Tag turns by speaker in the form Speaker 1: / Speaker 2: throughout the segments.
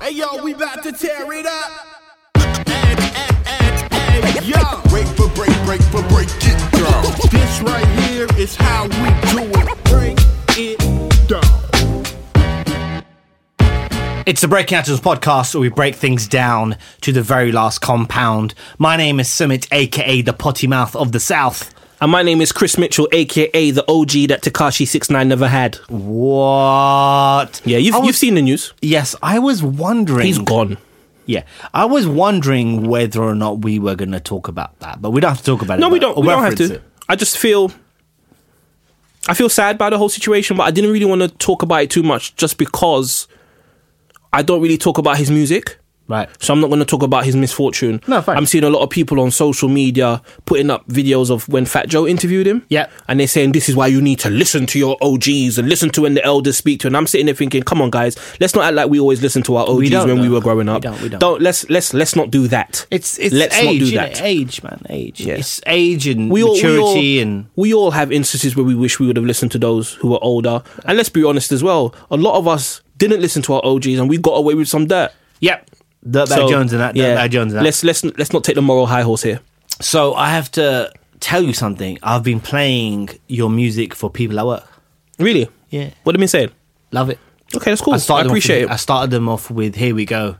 Speaker 1: Hey yo, we about to tear it up. Hey, hey, hey, hey, yo.
Speaker 2: Break for break, break for break it down.
Speaker 1: This right here is how we do it. Break it down.
Speaker 3: It's the Breaking Atoms podcast where we break things down to the very last compound. My name is Summit, aka the potty mouth of the South.
Speaker 4: And my name is Chris Mitchell, aka the OG that Takashi 69 never had.
Speaker 3: What?
Speaker 4: Yeah, you've,
Speaker 3: I was-
Speaker 4: you've seen the news.
Speaker 3: Yes, I was wondering.
Speaker 4: He's gone.
Speaker 3: Yeah, I was wondering whether or not we were going to talk about that, but we don't have to talk about it.
Speaker 4: No, we
Speaker 3: but-
Speaker 4: don't.
Speaker 3: or
Speaker 4: We don't have
Speaker 3: reference
Speaker 4: to.
Speaker 3: it.
Speaker 4: I just feel. I feel sad by the whole situation, but I didn't really want to talk about it too much just because I don't really talk about his music.
Speaker 3: Right.
Speaker 4: So I'm not going to talk about his misfortune.
Speaker 3: No, fine.
Speaker 4: I'm seeing a lot of people on social media putting up videos of when Fat Joe interviewed him.
Speaker 3: Yeah.
Speaker 4: And they're saying, this is why you need to listen to your OGs and listen to when the elders speak to. you." And I'm sitting there thinking, come on, guys, let's not act like we always listen to our OGs
Speaker 3: don't,
Speaker 4: when we
Speaker 3: though.
Speaker 4: were growing up.
Speaker 3: We don't, we don't.
Speaker 4: let's, let's, let's not do that.
Speaker 3: It's it's
Speaker 4: let's
Speaker 3: age,
Speaker 4: not do
Speaker 3: innit?
Speaker 4: that.
Speaker 3: Age, man, age. It's age and maturity and
Speaker 4: we all have instances where we wish we would have listened to those who were older. And let's be honest as well, a lot of us didn't listen to our OGs and we got away with some dirt.
Speaker 3: yep. Dirtbag
Speaker 4: So,
Speaker 3: Jones and that. Dirtbag Jones and that.
Speaker 4: Let's let's let's not take the moral high horse here.
Speaker 3: So I have to tell you something. I've been playing your music for people at work.
Speaker 4: Really?
Speaker 3: Yeah.
Speaker 4: What have you been saying?
Speaker 3: Love it.
Speaker 4: Okay, that's cool. I,
Speaker 3: them off
Speaker 4: appreciate
Speaker 3: with- I
Speaker 4: it.
Speaker 3: started them off with "Here We Go,"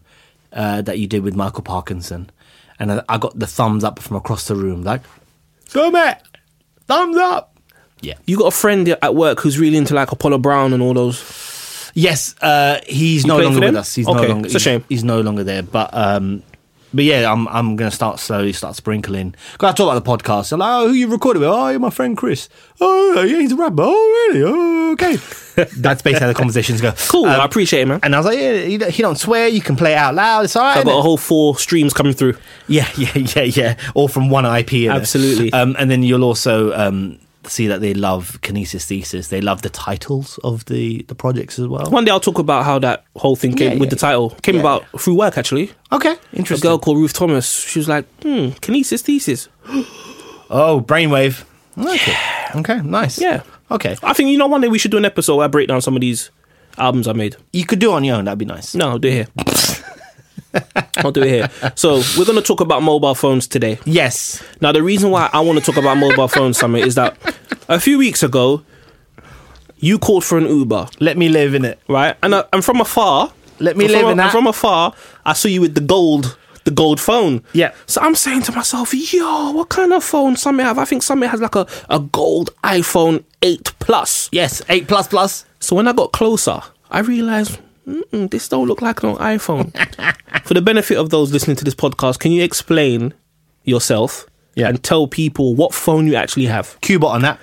Speaker 3: uh, that you did with Michael Parkinson, and I, I got the thumbs up from across the room, like, "Go, Matt! Thumbs up!" Yeah.
Speaker 4: You got a friend at work who's really into like Apollo Brown and all those.
Speaker 3: Yes, uh, he's no
Speaker 4: playing for
Speaker 3: longer with
Speaker 4: them?
Speaker 3: us. He's
Speaker 4: Okay,
Speaker 3: no longer.
Speaker 4: it's a
Speaker 3: he's-
Speaker 4: shame.
Speaker 3: He's, no longer there. But um, but yeah, I'm I'm gonna start slowly start sprinkling. Cause I talk about the podcast. I'm like, oh, who you recorded with? Oh, you're my friend Chris. Oh, yeah, he's a rapper. Oh, really? Oh, okay. That's basically how the conversations go.
Speaker 4: Cool,
Speaker 3: Um,
Speaker 4: I appreciate it, man.
Speaker 3: and I was like, yeah, he don't, he don't swear. You can play it out loud. It's all right.
Speaker 4: I've got
Speaker 3: innit?"
Speaker 4: a whole four streams coming through.
Speaker 3: Yeah, yeah, yeah, yeah. All from one IP. innit?
Speaker 4: Absolutely.
Speaker 3: Um, and then you'll also um, see that they love Kinesis Thesis. They love the titles of the the projects as well.
Speaker 4: One day I'll talk about how that whole thing came
Speaker 3: Yeah,
Speaker 4: with
Speaker 3: yeah.
Speaker 4: the title. Came
Speaker 3: Yeah,
Speaker 4: about through work actually.
Speaker 3: Okay,
Speaker 4: A
Speaker 3: interesting.
Speaker 4: girl called Ruth Thomas. She was like, hmm, kinesis thesis.
Speaker 3: Oh, brainwave. I like it. Okay, nice.
Speaker 4: Yeah.
Speaker 3: Okay.
Speaker 4: I think you know one day we should do an episode where I break down some of these albums I made.
Speaker 3: You could do it on your own. That'd be nice.
Speaker 4: No, I'll do it here. I'll do it here. So we're gonna talk about mobile phones today.
Speaker 3: Yes.
Speaker 4: Now, the reason why I want to talk about mobile phone summit is that a few weeks ago, you called for an Uber,
Speaker 3: Let me live in it.
Speaker 4: right? And I, and from afar,
Speaker 3: Let me
Speaker 4: from,
Speaker 3: live in
Speaker 4: and
Speaker 3: that.
Speaker 4: From afar, I saw you with the gold, the gold phone.
Speaker 3: Yeah.
Speaker 4: So I'm saying to myself, yo, what kind of phone Summit have? I think Summit has like a, a gold iPhone eight plus.
Speaker 3: Yes. Eight plus plus.
Speaker 4: So when I got closer, I realized. Mm-mm, this don't look like an iPhone. For the benefit of those listening to this podcast, can you explain yourself
Speaker 3: Yeah.
Speaker 4: and tell people what phone you actually have?
Speaker 3: Cubot on that.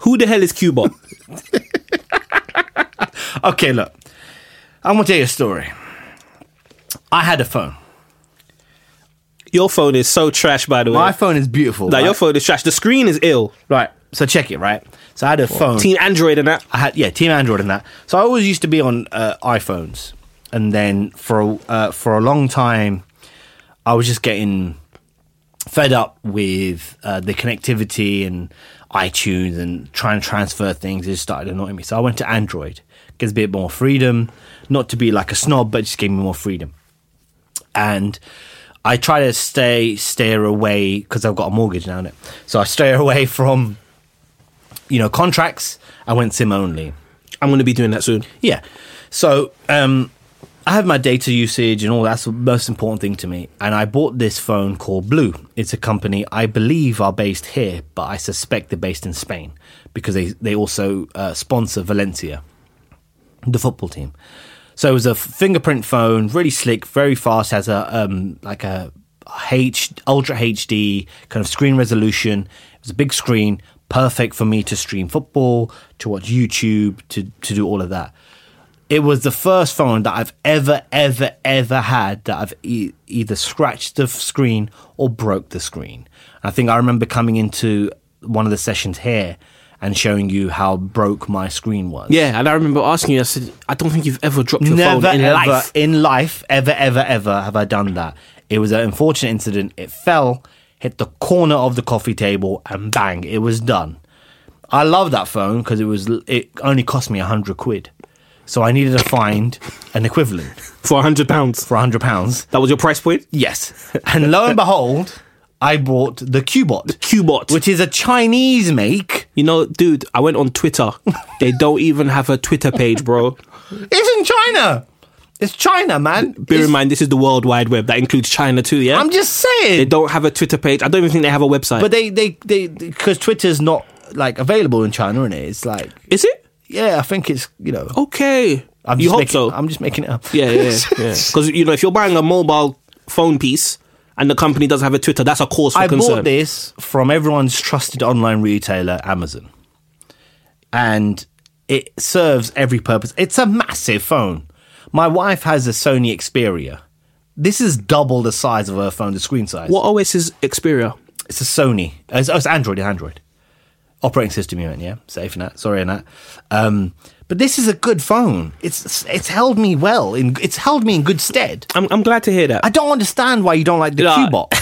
Speaker 4: Who the hell is Cubot?
Speaker 3: Okay, look. I'm gonna tell you a story. I had a phone.
Speaker 4: your phone is so trash, by the way.
Speaker 3: My phone is beautiful.
Speaker 4: Like,
Speaker 3: right?
Speaker 4: your phone is trash. The screen is ill.
Speaker 3: Right. So check it. Right. So I had a phone.
Speaker 4: Team Android and that.
Speaker 3: I had yeah, Team Android and that. So I always used to be on uh, iPhones, and then for a, uh, for a long time, I was just getting fed up with uh, the connectivity and iTunes and trying to transfer things. It just started annoying me. So I went to Android. Gives a bit more freedom, not to be like a snob, but just gave me more freedom. And I try to stay steer away because I've got a mortgage now, innit? so I steer away from you know contracts. I went sim only.
Speaker 4: I'm going to be doing that soon.
Speaker 3: Yeah. So um, I have my data usage and all that's the most important thing to me. And I bought this phone called Blue. It's a company I believe are based here, but I suspect they're based in Spain because they, they also uh, sponsor Valencia, the football team. So it was a fingerprint phone, really slick, very fast, has a um, like a H ultra HD kind of screen resolution. It was a big screen, perfect for me to stream football, to watch YouTube, to to do all of that. It was the first phone that I've ever, ever, ever had that I've e- either scratched the f- screen or broke the screen. I think I remember coming into one of the sessions here and showing you how broke my screen was.
Speaker 4: Yeah, and I remember asking you, I said, I don't think you've ever dropped your
Speaker 3: Never
Speaker 4: phone in
Speaker 3: ever
Speaker 4: life.
Speaker 3: in life, ever, ever, ever have I done that. It was an unfortunate incident. It fell, hit the corner of the coffee table, and bang, it was done. I love that phone because it was it only cost me a hundred quid. So I needed to find an equivalent
Speaker 4: for hundred pounds.
Speaker 3: for 100 pounds.
Speaker 4: That was your price point.
Speaker 3: Yes. And lo and behold, I bought the Qbot,
Speaker 4: Qbot.
Speaker 3: which is a Chinese make.
Speaker 4: you know, dude, I went on Twitter. they don't even have a Twitter page, bro.
Speaker 3: It's in China. It's China, man.
Speaker 4: Bear
Speaker 3: It's-
Speaker 4: in mind, this is the World Wide Web. That includes China too. Yeah,
Speaker 3: I'm just
Speaker 4: they
Speaker 3: saying.
Speaker 4: don't have a Twitter page. I don't even think they have a website.
Speaker 3: But they, they, they, because Twitter's not like available in China, and it's like,
Speaker 4: is it
Speaker 3: yeah, I think it's, you know,
Speaker 4: okay?
Speaker 3: I'm
Speaker 4: you
Speaker 3: just
Speaker 4: hope
Speaker 3: making,
Speaker 4: so.
Speaker 3: I'm just making it up.
Speaker 4: Yeah, yeah, yeah. Because you know, if you're buying a mobile phone piece and the company doesn't have a Twitter, that's a cause for
Speaker 3: I
Speaker 4: concern.
Speaker 3: bought this from everyone's trusted online retailer, Amazon. And it serves every purpose. It's a massive phone. My wife has a Sony Xperia. This is double the size of her phone, the screen size.
Speaker 4: What OS is Xperia?
Speaker 3: It's a Sony. uh, It's, oh, it's Android. It's Android. Operating system you meant, yeah? Safe and that. Sorry, and that. Um, but this is a good phone. It's it's held me well. In, it's held me in good stead.
Speaker 4: I'm, I'm glad to hear that.
Speaker 3: I
Speaker 4: I,
Speaker 3: don't understand why you don't like the
Speaker 4: Yeah.
Speaker 3: Q-Bot.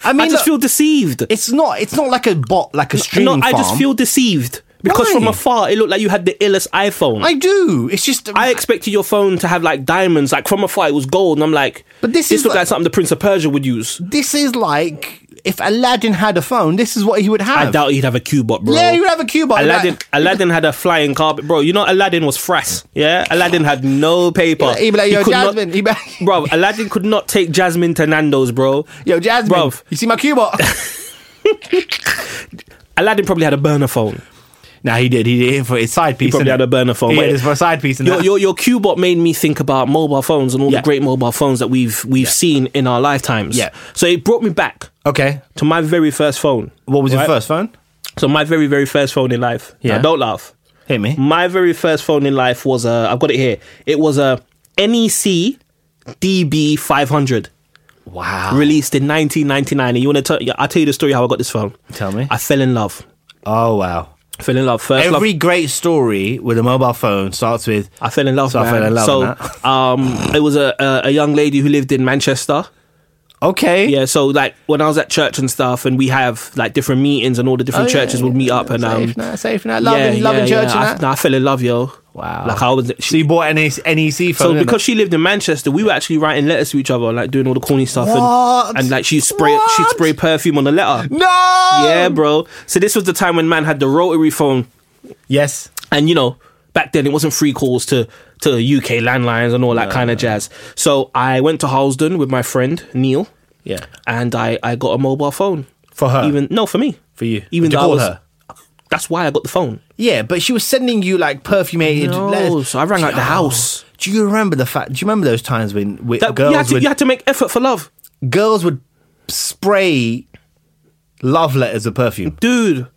Speaker 3: I mean,
Speaker 4: just
Speaker 3: look,
Speaker 4: feel deceived.
Speaker 3: it's not it's not like a bot like a
Speaker 4: No,
Speaker 3: streaming
Speaker 4: I just
Speaker 3: farm.
Speaker 4: feel deceived because
Speaker 3: Why?
Speaker 4: from afar it looked like you had the illest iPhone.
Speaker 3: I do. It's just
Speaker 4: I expected your phone to have like diamonds, like from afar it was gold, and I'm like,
Speaker 3: But this is
Speaker 4: looked
Speaker 3: like-
Speaker 4: like something the Prince of Persia would use.
Speaker 3: this is like if Aladdin had a phone, this is what he would have.
Speaker 4: I doubt he'd have a Q-bot, bro.
Speaker 3: yeah, you would have a Q-Bot. like-
Speaker 4: Aladdin, Aladdin had a flying carpet, bro. You know Aladdin was frass. Yeah, Aladdin had no paper.
Speaker 3: He'd be like, "Yo,
Speaker 4: could not-
Speaker 3: Jasmine." He'd be-
Speaker 4: bro, Aladdin could not take Jasmine to Nando's, bro.
Speaker 3: Yo, Jasmine,
Speaker 4: Bruv.
Speaker 3: you see my Q-Bot?
Speaker 4: Aladdin probably had a burner phone.
Speaker 3: nah, he did. He did it for his side piece.
Speaker 4: probably
Speaker 3: innit?
Speaker 4: had a burner phone,
Speaker 3: He
Speaker 4: but-
Speaker 3: had it for a side piece. and
Speaker 4: Your
Speaker 3: that.
Speaker 4: your, your Q-bot made me think about mobile phones and all
Speaker 3: Yeah.
Speaker 4: the great mobile phones that we've we've seen in our lifetimes.
Speaker 3: Yeah.
Speaker 4: So it brought me back
Speaker 3: okay.
Speaker 4: to my very first phone.
Speaker 3: What was
Speaker 4: Right?
Speaker 3: your first phone?
Speaker 4: So my very very first phone in life.
Speaker 3: Yeah.
Speaker 4: Now, don't laugh.
Speaker 3: Hit me.
Speaker 4: My very first phone in life was a. I've got it here. It was a E NEC DB 500
Speaker 3: Wow.
Speaker 4: released in 1999. And you want to? I'll tell you the story how I got this phone.
Speaker 3: Tell me.
Speaker 4: I fell in love.
Speaker 3: Oh wow.
Speaker 4: Fell in love first. love-
Speaker 3: Every great story with a mobile phone starts with
Speaker 4: I fell in love.
Speaker 3: So I
Speaker 4: man.
Speaker 3: fell in love
Speaker 4: So,
Speaker 3: and that.
Speaker 4: um, it was a, a a young lady who lived in Manchester.
Speaker 3: okay.
Speaker 4: Yeah, so like when I was at church and stuff, and we have like different meetings, and all the different churches would meet up, and um,
Speaker 3: Oh, safe, now, safe now, loving, loving church
Speaker 4: I,
Speaker 3: and that.
Speaker 4: nah, I fell in love, yo.
Speaker 3: Wow.
Speaker 4: Like I was.
Speaker 3: so you bought an E NEC phone.
Speaker 4: So
Speaker 3: innit?
Speaker 4: because she lived in Manchester, we were actually writing letters to each other, like doing all the corny stuff,
Speaker 3: What?
Speaker 4: and and like she'd spray she'd
Speaker 3: What?
Speaker 4: spray perfume on the letter.
Speaker 3: no.
Speaker 4: Yeah, bro. So this was the time when man had the rotary phone,
Speaker 3: Yes.
Speaker 4: and you know back then it wasn't free calls to to UK landlines and all that kind of jazz. So I went to Halsden with my friend Neil,
Speaker 3: Yeah.
Speaker 4: and I I got a mobile phone
Speaker 3: For her?
Speaker 4: Even no, for me.
Speaker 3: For you.
Speaker 4: Even
Speaker 3: Did you
Speaker 4: though I
Speaker 3: call
Speaker 4: was-
Speaker 3: her?
Speaker 4: That's why I got the phone.
Speaker 3: Yeah, but she was sending you like perfumated
Speaker 4: No,
Speaker 3: letters.
Speaker 4: so I rang out the house.
Speaker 3: Do you remember the fact? Do you remember those times when, when
Speaker 4: That,
Speaker 3: girls
Speaker 4: you, had to,
Speaker 3: would
Speaker 4: you had to make effort for love,
Speaker 3: girls would spray love letters of perfume?
Speaker 4: dude.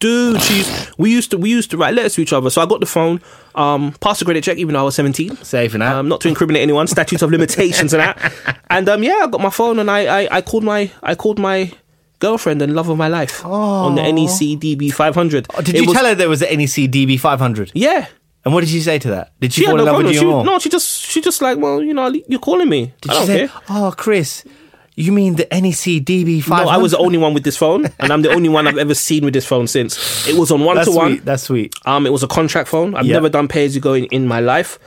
Speaker 4: Dude, she used, we used to we used to write letters to each other. So I got the phone, um, passed the credit check, even though I was seventeen.
Speaker 3: Safe and that.
Speaker 4: um, not to incriminate anyone, statutes of limitations and that. And um, yeah, I got my phone and I, I, I called my I called my girlfriend and love of my life on the E NEC DB 500.
Speaker 3: Oh, Did
Speaker 4: Um, It
Speaker 3: you
Speaker 4: was-
Speaker 3: tell her there was an NEC DB500?
Speaker 4: Yeah.
Speaker 3: And what did she say to that? Did she
Speaker 4: She had
Speaker 3: fall in
Speaker 4: no
Speaker 3: love
Speaker 4: problem.
Speaker 3: with
Speaker 4: She,
Speaker 3: you more?
Speaker 4: no, she just she just like, well, you know, you're calling me.
Speaker 3: did
Speaker 4: I
Speaker 3: she
Speaker 4: don't
Speaker 3: say,
Speaker 4: care.
Speaker 3: "Oh, Chris, you mean the E NEC DB500?"
Speaker 4: No, I was the only one with this phone, and I'm the only one I've ever seen with this phone since. It was on one
Speaker 3: That's
Speaker 4: to
Speaker 3: sweet.
Speaker 4: one.
Speaker 3: That's sweet.
Speaker 4: Um, it was a contract phone. I've
Speaker 3: Yeah.
Speaker 4: never done pay as you go in, in my life.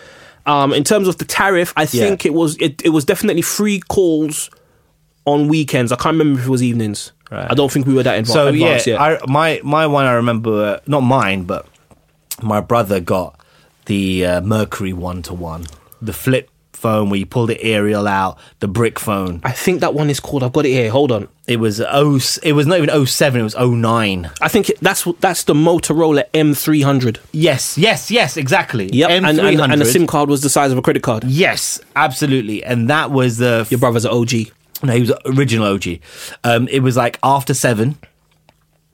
Speaker 4: Um, in terms of the tariff, I
Speaker 3: Yeah.
Speaker 4: think it was it, it was definitely free calls on weekends. I can't remember if it was evenings.
Speaker 3: Right.
Speaker 4: I don't think we were that invo-
Speaker 3: So
Speaker 4: advanced
Speaker 3: yeah,
Speaker 4: yet.
Speaker 3: I, my my one I remember, uh, not mine, but my brother got the uh, Mercury one to one, the flip phone where you pull the aerial out, the brick phone.
Speaker 4: I think that one is called. I've got it here. Hold on.
Speaker 3: It was oh, s- it was not even 07, it was 09.
Speaker 4: I think it, that's what- that's the Motorola M300.
Speaker 3: Yes, yes, yes, exactly.
Speaker 4: Yep, and, and
Speaker 3: M300.
Speaker 4: and the SIM card was the size of a credit card.
Speaker 3: Yes, absolutely, and that was the
Speaker 4: Your brother's an OG.
Speaker 3: no, he was original OG. Um, it was like after seven,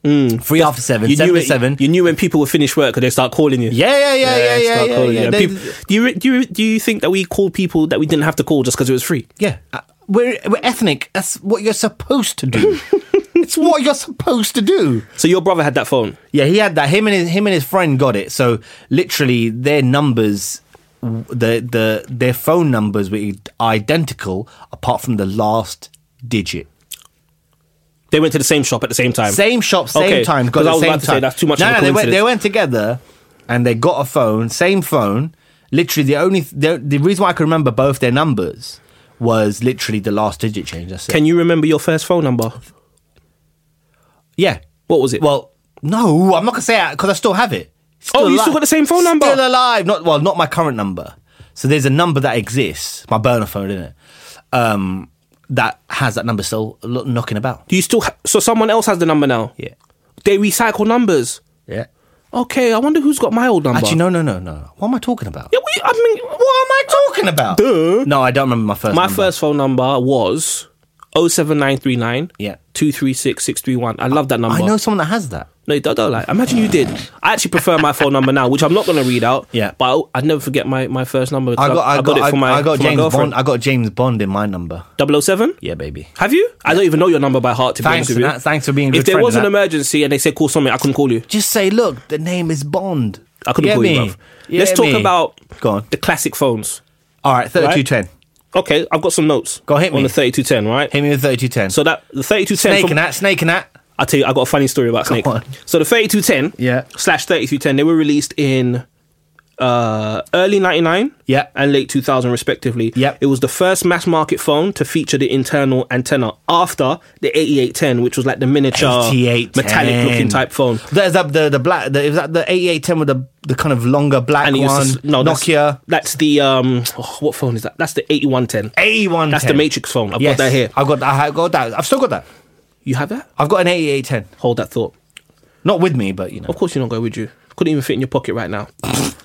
Speaker 3: free after seven, seven
Speaker 4: knew
Speaker 3: to seven.
Speaker 4: Mm. You knew when people would finish work because they start calling you.
Speaker 3: yeah, yeah, yeah, yeah,
Speaker 4: they
Speaker 3: yeah,
Speaker 4: start
Speaker 3: yeah.
Speaker 4: calling
Speaker 3: yeah,
Speaker 4: you. And
Speaker 3: They-
Speaker 4: people- do you re- do you re- do you think that we call people that we didn't have to call just because it was free?
Speaker 3: Yeah, uh, we're we're ethnic. That's what you're supposed to do. it's what you're supposed to do.
Speaker 4: So your brother had that phone.
Speaker 3: Yeah, he had that. Him and his, him and his friend got it. So literally, their numbers, w- the the their phone numbers were identical apart from the last digit.
Speaker 4: They went to the same shop at the same time.
Speaker 3: Same shop, same
Speaker 4: Um, Okay,
Speaker 3: time. Got
Speaker 4: 'cause I
Speaker 3: it
Speaker 4: was
Speaker 3: same
Speaker 4: about to say
Speaker 3: time.
Speaker 4: that's too much
Speaker 3: No,
Speaker 4: of a
Speaker 3: no, they went, they
Speaker 4: coincidence.
Speaker 3: went together, and they got a phone, same phone, Literally, the only the, the reason why I could remember both their numbers was literally the last digit change. That's it.
Speaker 4: Can you remember your first phone number?
Speaker 3: yeah.
Speaker 4: What was it?
Speaker 3: Well, no, I'm not gonna say that because I still have it. It's
Speaker 4: Oh, you still got the same phone number?
Speaker 3: Still alive. Not well, not my current number. So there's a number that exists, my burner phone, isn't it? Um, that has that number still lo- knocking about.
Speaker 4: do you still? Ha- so someone else has the number now.
Speaker 3: Yeah,
Speaker 4: They recycle numbers.
Speaker 3: yeah.
Speaker 4: Okay, I wonder who's got my old number.
Speaker 3: Actually, no, no, no, no. What am I talking about?
Speaker 4: Yeah, we, I mean, what am I talking?
Speaker 3: Talking about? No, I don't remember my first.
Speaker 4: My
Speaker 3: number.
Speaker 4: first phone number was 07939
Speaker 3: Yeah.
Speaker 4: 236 631. I love that number.
Speaker 3: I know someone that has that.
Speaker 4: No, you don't, don't like. Imagine you did. I actually prefer my phone number now, which I'm not going to read out.
Speaker 3: Yeah.
Speaker 4: But I'll, I'd never forget my, my first number.
Speaker 3: I got, I, got,
Speaker 4: it for my,
Speaker 3: I got
Speaker 4: for my
Speaker 3: James
Speaker 4: girlfriend.
Speaker 3: Bond. I got James Bond in my number.
Speaker 4: 007?
Speaker 3: Yeah, baby.
Speaker 4: Have you? I don't even know your number by heart, to
Speaker 3: Thanks,
Speaker 4: be honest with you.
Speaker 3: that- thanks for being a
Speaker 4: If
Speaker 3: good
Speaker 4: there
Speaker 3: friend
Speaker 4: was
Speaker 3: and
Speaker 4: an
Speaker 3: that.
Speaker 4: emergency and they said call something, I couldn't call you.
Speaker 3: Just say, look, the name is Bond.
Speaker 4: I couldn't
Speaker 3: Get
Speaker 4: call you,
Speaker 3: me?
Speaker 4: bruv. Let's
Speaker 3: Get
Speaker 4: talk
Speaker 3: me?
Speaker 4: about
Speaker 3: Go on.
Speaker 4: the classic phones.
Speaker 3: All right, thirty-two ten.
Speaker 4: Okay, I've got some notes.
Speaker 3: Go on, hit
Speaker 4: On
Speaker 3: me.
Speaker 4: the 3210, right?
Speaker 3: Hit me with thirty-two ten.
Speaker 4: So that the 3210
Speaker 3: snake
Speaker 4: from-
Speaker 3: and that, snake and that.
Speaker 4: I'll tell you, I got a funny story about Snake.
Speaker 3: on.
Speaker 4: So the 3210
Speaker 3: Yeah.
Speaker 4: slash 3210, they were released in uh, early 99
Speaker 3: Yeah.
Speaker 4: and late 2000, respectively.
Speaker 3: Yep.
Speaker 4: It was the first mass market phone to feature the internal antenna after the 8810, which was like the miniature metallic
Speaker 3: 8810.
Speaker 4: looking type phone.
Speaker 3: There's that the the black. The, is that the eighty-eight ten with the the kind of longer black
Speaker 4: And it
Speaker 3: one?
Speaker 4: used to, no, that's-
Speaker 3: Nokia.
Speaker 4: That's, the, um, oh, what phone is that? That's the 8110.
Speaker 3: A110.
Speaker 4: That's the Matrix phone. I've
Speaker 3: Yes,
Speaker 4: got that here.
Speaker 3: I've got that. I've got that. I've still got that.
Speaker 4: You have that?
Speaker 3: I've got an 8810.
Speaker 4: Hold that thought.
Speaker 3: Not with me, but you know.
Speaker 4: Of course, you're not going with you. Couldn't even fit in your pocket right now.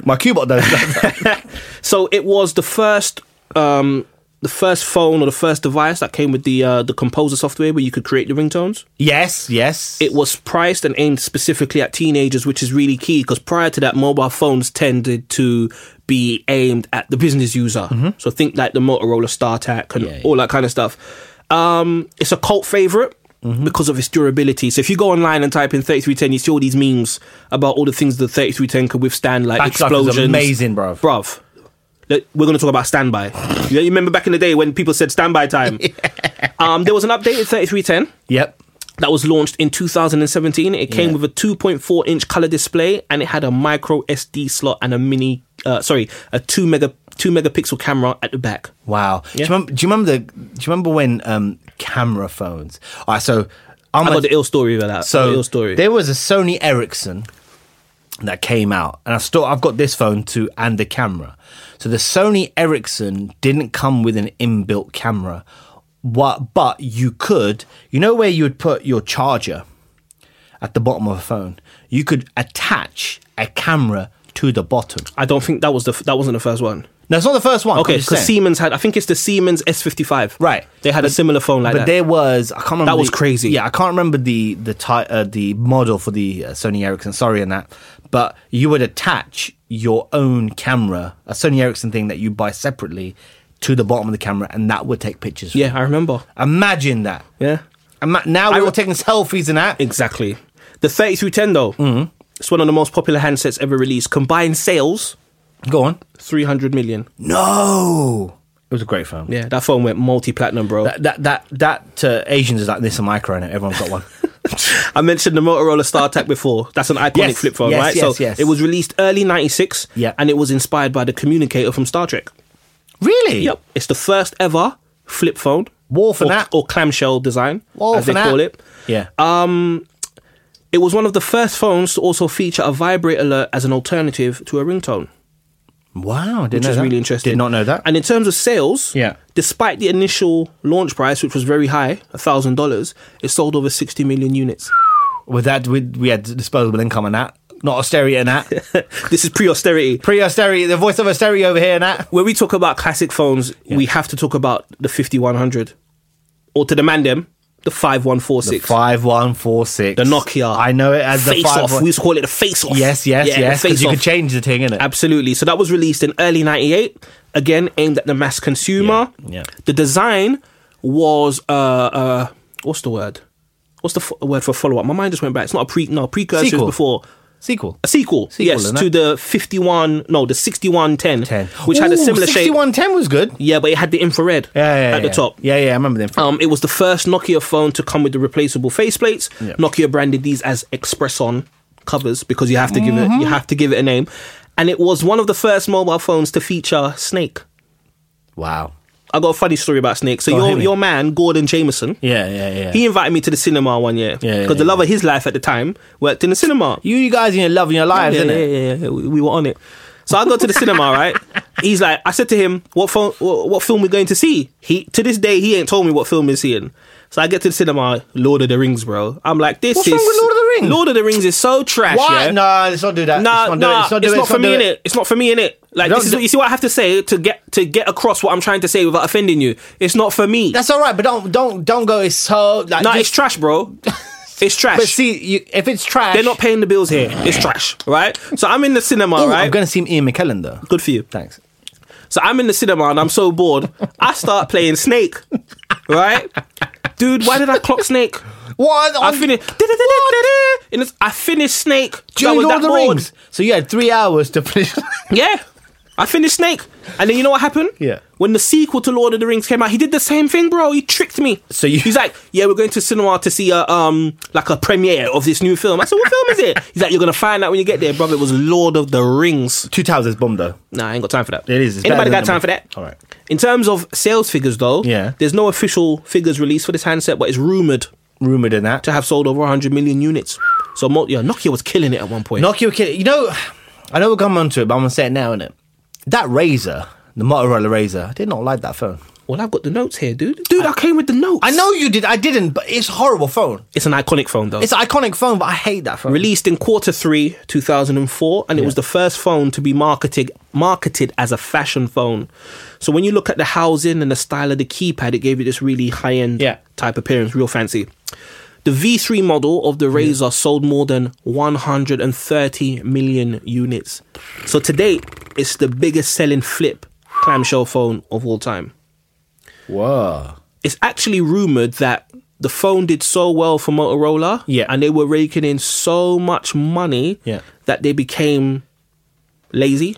Speaker 3: My Cubot does.
Speaker 4: So it was the first, um, the first phone or the first device that came with the uh, the composer software where you could create the ringtones.
Speaker 3: yes, yes.
Speaker 4: It was priced and aimed specifically at teenagers, which is really key because prior to that, mobile phones tended to be aimed at the business user. So think like the Motorola StarTAC and
Speaker 3: Mm-hmm. Yeah, yeah.
Speaker 4: all that kind of stuff. Um, it's a cult favorite.
Speaker 3: Mm-hmm.
Speaker 4: Because of its durability, so if you go online and type in 3310, you see all these memes about all the things the 3310 could withstand, like
Speaker 3: That stuff is
Speaker 4: explosions.
Speaker 3: amazing, bruv.
Speaker 4: Bruv, Look, we're going to talk about standby. you know, you remember back in the day when people said standby time? um, there was an updated 3310
Speaker 3: Yep.
Speaker 4: that was launched in 2017. It came
Speaker 3: Yeah.
Speaker 4: with a 2.4 inch color display and it had a micro SD slot and a mini, uh, sorry, a two mega two megapixel camera at the back.
Speaker 3: Wow. Do, you remember, do you remember the? Do you remember when um, camera phones? All right, so I'm
Speaker 4: I
Speaker 3: a-
Speaker 4: got the ill story with that.
Speaker 3: so
Speaker 4: the ill story.
Speaker 3: There was a Sony Ericsson that came out, and I still I've got this phone too and the camera. So the Sony Ericsson didn't come with an inbuilt camera, what but you could you know where you would put your charger at the bottom of a phone, you could attach a camera to the bottom.
Speaker 4: I don't think that was the f- that wasn't the first one.
Speaker 3: No, it's not the first one.
Speaker 4: Okay,
Speaker 3: 'cause it's
Speaker 4: because
Speaker 3: sent.
Speaker 4: Siemens had I think it's the Siemens S55.
Speaker 3: Right.
Speaker 4: They had a similar phone like
Speaker 3: but
Speaker 4: that.
Speaker 3: there was I can't remember
Speaker 4: That was
Speaker 3: the-
Speaker 4: crazy.
Speaker 3: Yeah, I can't remember the the ty- uh, the model for the uh, Sony Ericsson. Sorry on that, but you would attach your own camera, a Sony Ericsson thing that you buy separately, to the bottom of the camera, and that would take pictures. for
Speaker 4: yeah, I remember.
Speaker 3: you. imagine that.
Speaker 4: Yeah.
Speaker 3: Ima- now
Speaker 4: I
Speaker 3: we
Speaker 4: re-
Speaker 3: were taking selfies and that.
Speaker 4: Exactly. The 3310 though,
Speaker 3: Mm-hmm.
Speaker 4: it's one of the most popular handsets ever released. Combined sales,
Speaker 3: Go on.
Speaker 4: 300 million.
Speaker 3: No, it was a great phone.
Speaker 4: Yeah, that phone went multi-platinum, bro.
Speaker 3: That that that, that uh, Asians is like this a micro and everyone's got one.
Speaker 4: I mentioned the Motorola StarTAC before. That's an iconic
Speaker 3: Yes,
Speaker 4: flip phone,
Speaker 3: yes,
Speaker 4: right?
Speaker 3: yes,
Speaker 4: so
Speaker 3: yes.
Speaker 4: it was released early 96
Speaker 3: Yeah.
Speaker 4: and it was inspired by the communicator from Star Trek.
Speaker 3: really?
Speaker 4: Yep. It's the first ever flip phone.
Speaker 3: Wolf
Speaker 4: or,
Speaker 3: and that.
Speaker 4: or clamshell design,
Speaker 3: Wolf
Speaker 4: as they
Speaker 3: and that.
Speaker 4: call it.
Speaker 3: Yeah.
Speaker 4: Um, It was one of the first phones to also feature a vibrate alert as an alternative to a ringtone.
Speaker 3: wow. Didn't
Speaker 4: which
Speaker 3: know
Speaker 4: is
Speaker 3: that.
Speaker 4: really interesting.
Speaker 3: Did not know that.
Speaker 4: And in terms of sales,
Speaker 3: Yeah.
Speaker 4: despite the initial launch price, which was very high, thousand dollars, it sold over sixty million units.
Speaker 3: with that we, we had disposable income and that not austerity and that
Speaker 4: this is pre-austerity.
Speaker 3: pre-austerity the voice of austerity over here and that
Speaker 4: When we talk about classic phones, we have to talk about the fifty one hundred, or to the man them, the five one four six,
Speaker 3: 5146
Speaker 4: the Nokia.
Speaker 3: I know it as
Speaker 4: face
Speaker 3: the five
Speaker 4: off.
Speaker 3: one-
Speaker 4: We used to call it the face off.
Speaker 3: yes yes
Speaker 4: yeah, the
Speaker 3: yes because
Speaker 4: Face
Speaker 3: you
Speaker 4: off.
Speaker 3: could change the thing in it
Speaker 4: Absolutely. So that was released in early 98, again aimed at the mass consumer.
Speaker 3: Yeah, yeah.
Speaker 4: The design was uh uh what's the word? What's the f- word for follow up? My mind just went back. It's not a pre no precursor
Speaker 3: Sequel.
Speaker 4: is before
Speaker 3: sequel
Speaker 4: a sequel.
Speaker 3: Sequel,
Speaker 4: yes,
Speaker 3: isn't
Speaker 4: to
Speaker 3: it?
Speaker 4: the 51 no, the 6110
Speaker 3: 10
Speaker 4: which had a
Speaker 3: Ooh,
Speaker 4: similar shape.
Speaker 3: 6110 was good
Speaker 4: Yeah, but it had the infrared
Speaker 3: yeah, yeah,
Speaker 4: at
Speaker 3: yeah.
Speaker 4: the top.
Speaker 3: yeah yeah I remember them
Speaker 4: Um, it was the first Nokia phone to come with the replaceable faceplates.
Speaker 3: Yeah. Mm-hmm.
Speaker 4: Nokia branded these as Expresson covers because you have to give it you have to give it a name. and it was one of the first mobile phones to feature Snake.
Speaker 3: Wow.
Speaker 4: I got a funny story about Snake. So
Speaker 3: Oh, hit
Speaker 4: your
Speaker 3: me.
Speaker 4: your man Gordon Jameson,
Speaker 3: Yeah, yeah, yeah.
Speaker 4: he invited me to the cinema one year because
Speaker 3: Yeah, yeah,
Speaker 4: the
Speaker 3: yeah.
Speaker 4: love of his life at the time worked in the cinema.
Speaker 3: you, you guys in your love and your lives,
Speaker 4: yeah,
Speaker 3: isn't
Speaker 4: yeah,
Speaker 3: it?
Speaker 4: yeah, yeah. We, we were on it. So I go to the cinema, right? He's like, I said to him, "What phone? What, what film we going to see?" He to this day he ain't told me what film he's seeing. So I get to the cinema, Lord of the Rings, bro. I'm like, this
Speaker 3: What's
Speaker 4: is
Speaker 3: wrong with Lord of the Rings?
Speaker 4: Lord of the Rings is so trash.
Speaker 3: Why?
Speaker 4: Yeah?
Speaker 3: No, let's not do that.
Speaker 4: No,
Speaker 3: Let's not do
Speaker 4: no,
Speaker 3: it. Let's
Speaker 4: it's not,
Speaker 3: do it. Let's
Speaker 4: for
Speaker 3: not
Speaker 4: me
Speaker 3: do
Speaker 4: in
Speaker 3: it.
Speaker 4: it. It's not for me in it. Like
Speaker 3: Don't
Speaker 4: this is
Speaker 3: do-
Speaker 4: what you see what I have to say to get to get across what I'm trying to say without offending you. It's not for me.
Speaker 3: That's all right, but don't don't don't go. It's so like
Speaker 4: no,
Speaker 3: just-
Speaker 4: it's trash, bro. It's trash.
Speaker 3: But see, you, if it's trash,
Speaker 4: They're not paying the bills here. It's trash, right? So I'm in the cinema,
Speaker 3: Ooh,
Speaker 4: right?
Speaker 3: I'm going to see him Ian McKellen though.
Speaker 4: Good for you.
Speaker 3: Thanks.
Speaker 4: So I'm in the cinema and I'm so bored. I start playing Snake, right? Dude, why did I clock Snake?
Speaker 3: Um, What?
Speaker 4: I
Speaker 3: On-
Speaker 4: finished. I finished Snake. I
Speaker 3: during
Speaker 4: was
Speaker 3: Lord
Speaker 4: that
Speaker 3: of the
Speaker 4: bored.
Speaker 3: Rings. So you had three hours to finish.
Speaker 4: Yeah. I finished Snake. And then you know what happened?
Speaker 3: Yeah.
Speaker 4: When the sequel to Lord of the Rings came out, he did the same thing, bro. He tricked me.
Speaker 3: So you-
Speaker 4: He's like, Yeah, we're going to cinema to see a um like a premiere of this new film. I said, What film is it? He's like, You're gonna find out when you get there, brother. It was Lord of the Rings.
Speaker 3: Two Towers is bomb though.
Speaker 4: Nah, I ain't got time for that.
Speaker 3: It is. It's
Speaker 4: Anybody
Speaker 3: better
Speaker 4: got
Speaker 3: than
Speaker 4: time
Speaker 3: them.
Speaker 4: for that?
Speaker 3: All right.
Speaker 4: In terms of sales figures though,
Speaker 3: Yeah.
Speaker 4: there's no official figures released for this handset, but it's rumored
Speaker 3: Rumored in that.
Speaker 4: to have sold over 100 million units. So mo- yeah, Nokia was killing it at one point.
Speaker 3: Nokia kid. You know, I know we're coming onto it, but I'm gonna say it now, innit? That Razor, the Motorola Razor, I did not like that phone.
Speaker 4: well, I've got the notes here, dude. Dude, I, came with the notes.
Speaker 3: I know you did. I didn't, but it's a horrible phone.
Speaker 4: It's an iconic phone though.
Speaker 3: It's an iconic phone, but I hate that phone.
Speaker 4: released in quarter three 2004 and it was the first phone to be marketed marketed as a fashion phone so when you look at the housing and the style of the keypad it gave it this really high-end
Speaker 3: Yeah.
Speaker 4: type appearance real fancy the v3 model of the razor sold more than 130 million units so to date it's the biggest selling flip clamshell phone of all time
Speaker 3: Whoa.
Speaker 4: it's actually rumored that the phone did so well for Motorola,
Speaker 3: Yeah.
Speaker 4: and they were raking in so much money,
Speaker 3: Yeah.
Speaker 4: that they became lazy.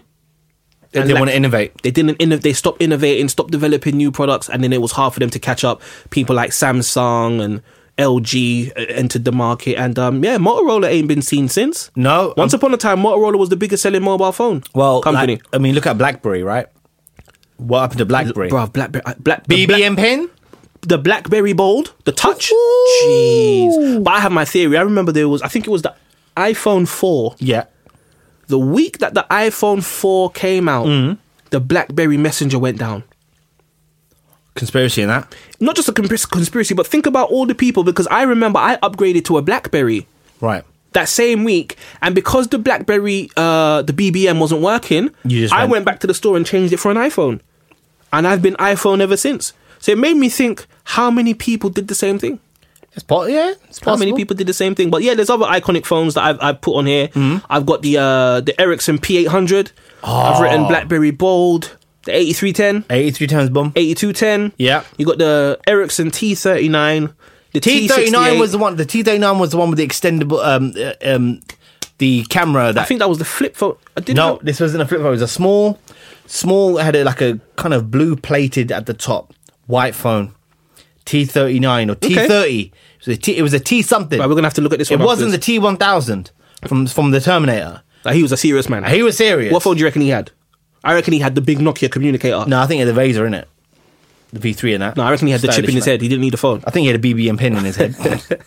Speaker 3: They
Speaker 4: And
Speaker 3: didn't
Speaker 4: like-
Speaker 3: want to innovate.
Speaker 4: They didn't. Inno- they stopped innovating, stopped developing new products, and then it was hard for them to catch up. People like Samsung and LG uh, entered the market, and um, yeah, Motorola ain't been seen since.
Speaker 3: No,
Speaker 4: Once
Speaker 3: um,
Speaker 4: upon a time, Motorola was the biggest selling mobile phone
Speaker 3: Well,
Speaker 4: company.
Speaker 3: like- I mean, look at BlackBerry, right? What happened to BlackBerry?
Speaker 4: Bruv, Blackberry, uh, Black, the Black-
Speaker 3: BBM pin.
Speaker 4: the BlackBerry Bold, the touch. Jeez. But I have my theory. I remember there was, I think it was the iPhone 4.
Speaker 3: Yeah.
Speaker 4: The week that the iPhone 4 came out,
Speaker 3: Mm.
Speaker 4: the BlackBerry Messenger went down.
Speaker 3: Conspiracy in that.
Speaker 4: Not just a consp- conspiracy, but think about all the people because I remember I upgraded to a BlackBerry
Speaker 3: Right.
Speaker 4: that same week, and because the BlackBerry, uh, the BBM wasn't working,
Speaker 3: You just
Speaker 4: I
Speaker 3: went-
Speaker 4: went back to the store and changed it for an iPhone, and I've been iPhone ever since. So it made me think how many people did the same thing.
Speaker 3: It's po- yeah. It's
Speaker 4: How many people did the same thing? But yeah, there's other iconic phones that I've, I've put on here.
Speaker 3: Mm-hmm.
Speaker 4: I've got the uh, the Ericsson P800. I've
Speaker 3: Oh.
Speaker 4: written BlackBerry Bold, the 8310,
Speaker 3: 83 times bomb.
Speaker 4: 8210.
Speaker 3: Yeah.
Speaker 4: You got the Ericsson T39. The
Speaker 3: T39
Speaker 4: T69
Speaker 3: was the one. The T39 was the one with the extendable um uh, um the camera that
Speaker 4: I think that was the flip phone. I didn't
Speaker 3: No,
Speaker 4: know-
Speaker 3: this wasn't a flip phone. It was a small small it had a, like a kind of blue plated at the top white phone. T39 or T30. It was a T it was a T something.
Speaker 4: Right, we're gonna have to look at this
Speaker 3: It
Speaker 4: one.
Speaker 3: wasn't the
Speaker 4: afterwards.
Speaker 3: T1000 from from the Terminator.
Speaker 4: Like, he was a serious man.
Speaker 3: He was serious.
Speaker 4: What phone do you reckon he had? I reckon he had the big Nokia communicator.
Speaker 3: No, I think he had the Razor in it. The V3 in that.
Speaker 4: No, I reckon he had the chip in his head. He didn't need a phone.
Speaker 3: I think he had a BBM pin in his head.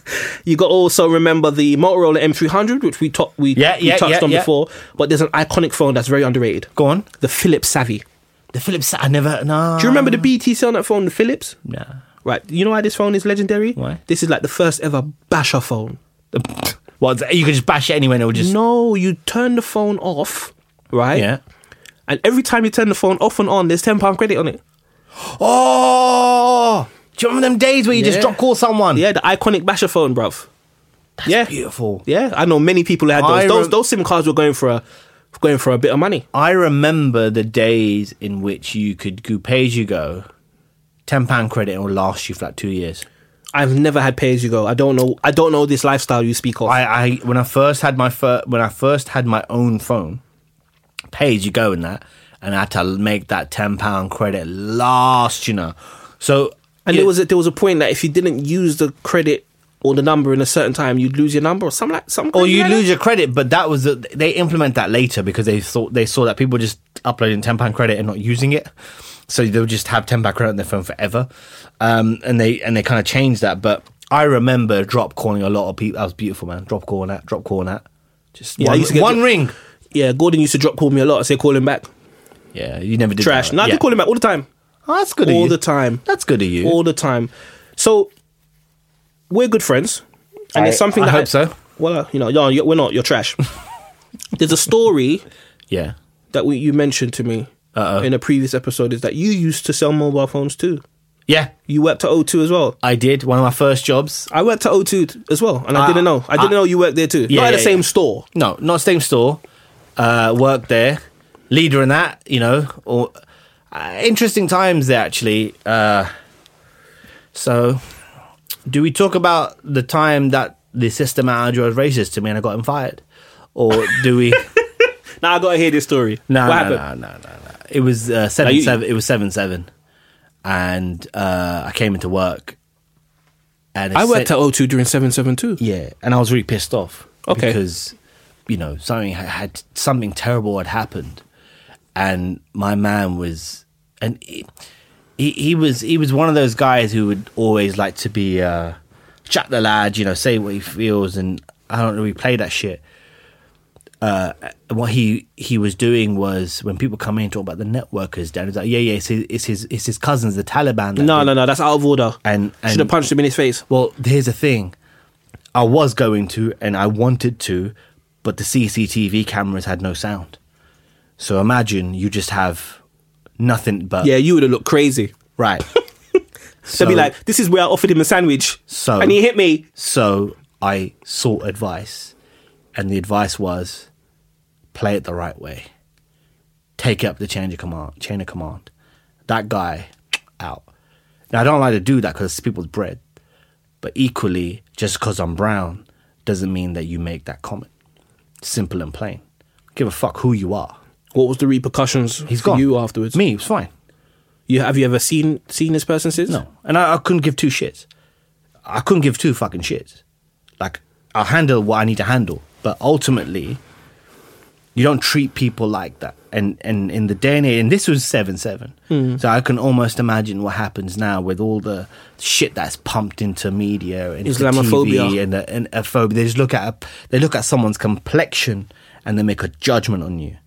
Speaker 4: You got also remember the Motorola M300, which we to- we,
Speaker 3: Yeah,
Speaker 4: we
Speaker 3: yeah,
Speaker 4: touched
Speaker 3: yeah,
Speaker 4: on
Speaker 3: yeah.
Speaker 4: before. But there's an iconic phone that's very underrated.
Speaker 3: Go on.
Speaker 4: The Philips Savvy.
Speaker 3: The Philips. I never. No.
Speaker 4: Do you remember the BT Cellnet phone, the Philips?
Speaker 3: Nah.
Speaker 4: Right. You know why this phone is legendary?
Speaker 3: Why?
Speaker 4: This is like the first ever basher phone.
Speaker 3: What? You could just bash it anywhere and it would just.
Speaker 4: No, you turn the phone off, right?
Speaker 3: Yeah.
Speaker 4: And every time you turn the phone off and on, there's ten pound credit on it.
Speaker 3: Oh. Do you remember them days where you
Speaker 4: Yeah.
Speaker 3: just drop call someone?
Speaker 4: Yeah, the iconic basher phone, bruv. yeah.
Speaker 3: Mm. Beautiful.
Speaker 4: Yeah, I know many people who had
Speaker 3: I
Speaker 4: those. those
Speaker 3: rem-
Speaker 4: those SIM cards were going for a going for a bit of money.
Speaker 3: I remember the days in which you could go pay as you go, ten pound credit, and it will last you for like two years.
Speaker 4: I've never had pay as you go. I don't know. I don't know this lifestyle you speak of.
Speaker 3: I, I when I first had my fir- when I first had my own phone, pay as you go in that, and I had to make that ten pound credit last. You know, so
Speaker 4: and
Speaker 3: it
Speaker 4: there was a, there was a point that if you didn't use the credit or the number in a certain time, you'd lose your number or something like something.
Speaker 3: Or
Speaker 4: crazy
Speaker 3: you
Speaker 4: like
Speaker 3: lose
Speaker 4: that.
Speaker 3: your credit, but that was the, they implement that later because they thought they saw that people were just uploading ten pound credit and not using it, so they'll just have ten pound credit on their phone forever, um, and they and they kind of changed that. But I remember drop calling a lot of people. That was beautiful, man. Drop call on that. Drop call on that. Just
Speaker 4: Yeah, I
Speaker 3: one,
Speaker 4: used to get
Speaker 3: one
Speaker 4: dro-
Speaker 3: ring.
Speaker 4: Yeah, Gordon used to drop call me a lot. I say call him back.
Speaker 3: Yeah, you never did
Speaker 4: Trash.
Speaker 3: That.
Speaker 4: No, I
Speaker 3: yeah.
Speaker 4: did call him back all the time.
Speaker 3: Oh, that's good. of
Speaker 4: all
Speaker 3: you.
Speaker 4: the time.
Speaker 3: That's good of you.
Speaker 4: all the time. So we're good friends, and
Speaker 3: I-
Speaker 4: it's something
Speaker 3: I
Speaker 4: that
Speaker 3: hope so.
Speaker 4: Well, uh, you know, no, you- we're not. You're trash. There's a story
Speaker 3: yeah.
Speaker 4: that we, you mentioned to me
Speaker 3: Uh-oh.
Speaker 4: in a previous episode is that you used to sell mobile phones too.
Speaker 3: Yeah.
Speaker 4: You worked at O2 as well.
Speaker 3: I did one of my first jobs.
Speaker 4: I worked at O2 as well, and I
Speaker 3: Ah,
Speaker 4: didn't know. I didn't
Speaker 3: ah.
Speaker 4: know you worked there too.
Speaker 3: Yeah,
Speaker 4: not at
Speaker 3: yeah,
Speaker 4: the same
Speaker 3: yeah.
Speaker 4: store.
Speaker 3: No, not same store. Uh, worked there, leader in that. You know, or uh, interesting times there actually. Uh, so, do we talk about the time that the system manager was racist to me and I got him fired, or do we?
Speaker 4: Now I gotta hear this story.
Speaker 3: No,
Speaker 4: what
Speaker 3: no,
Speaker 4: happened?
Speaker 3: no, no, no, no. It was uh, seven
Speaker 4: you-
Speaker 3: seven. It was seven seven, and uh, I came into work. And
Speaker 4: I
Speaker 3: it
Speaker 4: worked
Speaker 3: said-
Speaker 4: at O2 during seven seven two.
Speaker 3: Yeah, and I was really pissed off.
Speaker 4: Okay.
Speaker 3: Because you know something had, had something terrible had happened, and my man was, and he, he he was he was one of those guys who would always like to be uh, chat the lad, you know, say what he feels, and I don't really play that shit. Uh, what he he was doing was when people come in and talk about the networkers, Dan, he's like, yeah, yeah, it's his it's his, it's his cousins, the Taliban. that
Speaker 4: No,
Speaker 3: did
Speaker 4: no, no. That's out of order.
Speaker 3: And- and-
Speaker 4: should have punched him in his face.
Speaker 3: well, here's the thing. I was going to and I wanted to, but the CCTV cameras had no sound. So imagine you just have nothing but
Speaker 4: Yeah, you would have looked crazy.
Speaker 3: right. so
Speaker 4: They'd be like, "This is where I offered him a sandwich,
Speaker 3: So-
Speaker 4: and he hit me."
Speaker 3: so I sought advice and the advice was play it the right way. Take up the change of command, chain of command. That guy out. Now I don't like to do that because it's people's bread, but equally, just because I'm brown doesn't mean that you make that comment. Simple and plain. Give a fuck who you are.
Speaker 4: What was the repercussions
Speaker 3: He's
Speaker 4: for
Speaker 3: gone.
Speaker 4: you afterwards?
Speaker 3: Me, it's fine.
Speaker 4: You have you ever seen seen this person since?
Speaker 3: No. And I, I couldn't give two shits. I couldn't give two fucking shits. Like, I'll handle what I need to handle. But ultimately, you don't treat people like that. And and in the day and age, and this was 7 7. So I can almost imagine what happens now with all the shit that's pumped into media and into
Speaker 4: Islamophobia.
Speaker 3: TV and, the, and a phobia. They just look at, a, they look at someone's complexion and they make a judgment on you.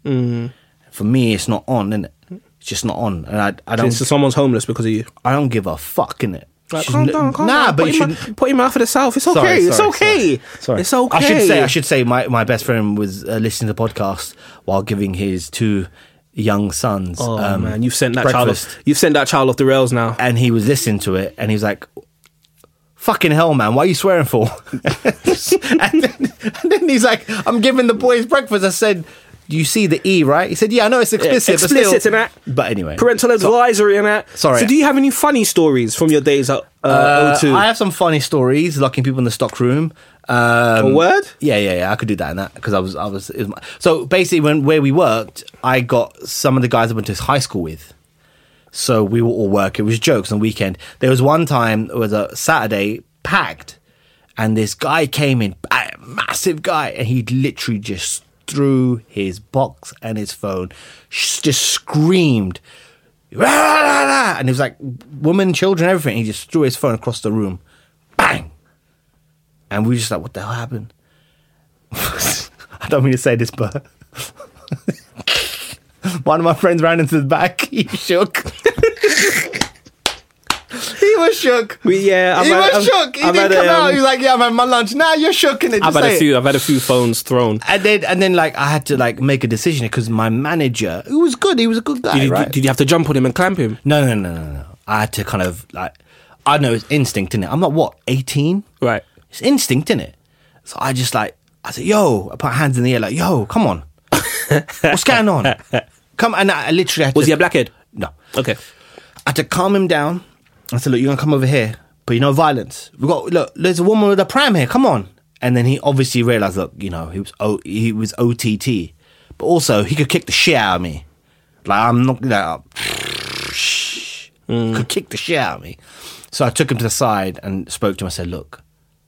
Speaker 3: For me, it's not on, innit? It's just not on. And I, I don't.
Speaker 4: Since someone's homeless because of you.
Speaker 3: I don't give a fuck in it.
Speaker 4: Like, calm down, calm
Speaker 3: nah,
Speaker 4: down.
Speaker 3: but
Speaker 4: put
Speaker 3: you
Speaker 4: him,
Speaker 3: should.
Speaker 4: out- put him out for the south. It's okay.
Speaker 3: Sorry,
Speaker 4: it's
Speaker 3: sorry,
Speaker 4: okay.
Speaker 3: Sorry, sorry.
Speaker 4: It's okay.
Speaker 3: I should say. I should say. My, my best friend was uh, listening to the podcast while giving his two young sons.
Speaker 4: Oh
Speaker 3: um,
Speaker 4: man, you've sent that
Speaker 3: breakfast,
Speaker 4: child. Off, you've sent that child off the rails now.
Speaker 3: and he was listening to it, and he was like, "Fucking hell, man! Why are you swearing for?" and, then, and then he's like, "I'm giving the boys breakfast." I said. You see the E, right? He said, "Yeah, I know it's explicit,
Speaker 4: explicit
Speaker 3: but still."
Speaker 4: and that.
Speaker 3: But anyway,
Speaker 4: Parental advisory and that.
Speaker 3: Sorry.
Speaker 4: So, do you have any funny stories from your days at uh,
Speaker 3: Uh,
Speaker 4: O2?
Speaker 3: I have some funny stories locking people in the stock room. Um,
Speaker 4: A word?
Speaker 3: Yeah, yeah, yeah. I could do that and that because I was, I was. It was my, so basically, when where we worked, I got some of the guys I went to high school with. So we were all work. It was jokes on weekend. There was one time it was a Saturday packed, and this guy came in, a massive guy, and he literally just threw his box and his phone, sh- just screamed, "Rah, rah, rah," and it was like women, children, everything. He just threw his phone across the room, bang, and we were just like, "What the hell happened?" I don't mean to say this, but one of my friends ran into the back. He shook. he was shook.
Speaker 4: We- yeah, I've
Speaker 3: he
Speaker 4: had-
Speaker 3: was
Speaker 4: I've-
Speaker 3: shook. He
Speaker 4: I've
Speaker 3: didn't
Speaker 4: had,
Speaker 3: come out.
Speaker 4: um,
Speaker 3: He was like, "Yeah, man, my lunch." Now nah, you're shook in it.
Speaker 4: I've
Speaker 3: Just
Speaker 4: had
Speaker 3: say
Speaker 4: a
Speaker 3: it.
Speaker 4: few. I've had a few phones thrown.
Speaker 3: And then, and then, like, I had to like make a decision because my manager, who was good, he was a good guy,
Speaker 4: Did, you-
Speaker 3: right?
Speaker 4: did you have to jump on him and clamp him?
Speaker 3: no, no, no, no, no. I had to kind of like, I know it's instinct, innit? I'm not what 18,
Speaker 4: Right.
Speaker 3: It's instinct, innit? So I just like, I said, yo, I put hands in the air, like, yo, come on. What's going on? Come, and I, I literally had
Speaker 4: Was
Speaker 3: to.
Speaker 4: he a blackhead?
Speaker 3: No.
Speaker 4: Okay.
Speaker 3: I had to calm him down. I said, look, you're going to come over here, but you know, violence. We got, look, there's a woman with a pram here, come on. And then he obviously realized, look, you know, he was, o- he was OTT, but also he could kick the shit out of me. Like, I'm not, like,
Speaker 4: Mm.
Speaker 3: could kick the shit out of me. So I took him to the side and spoke to him. I said, "Look,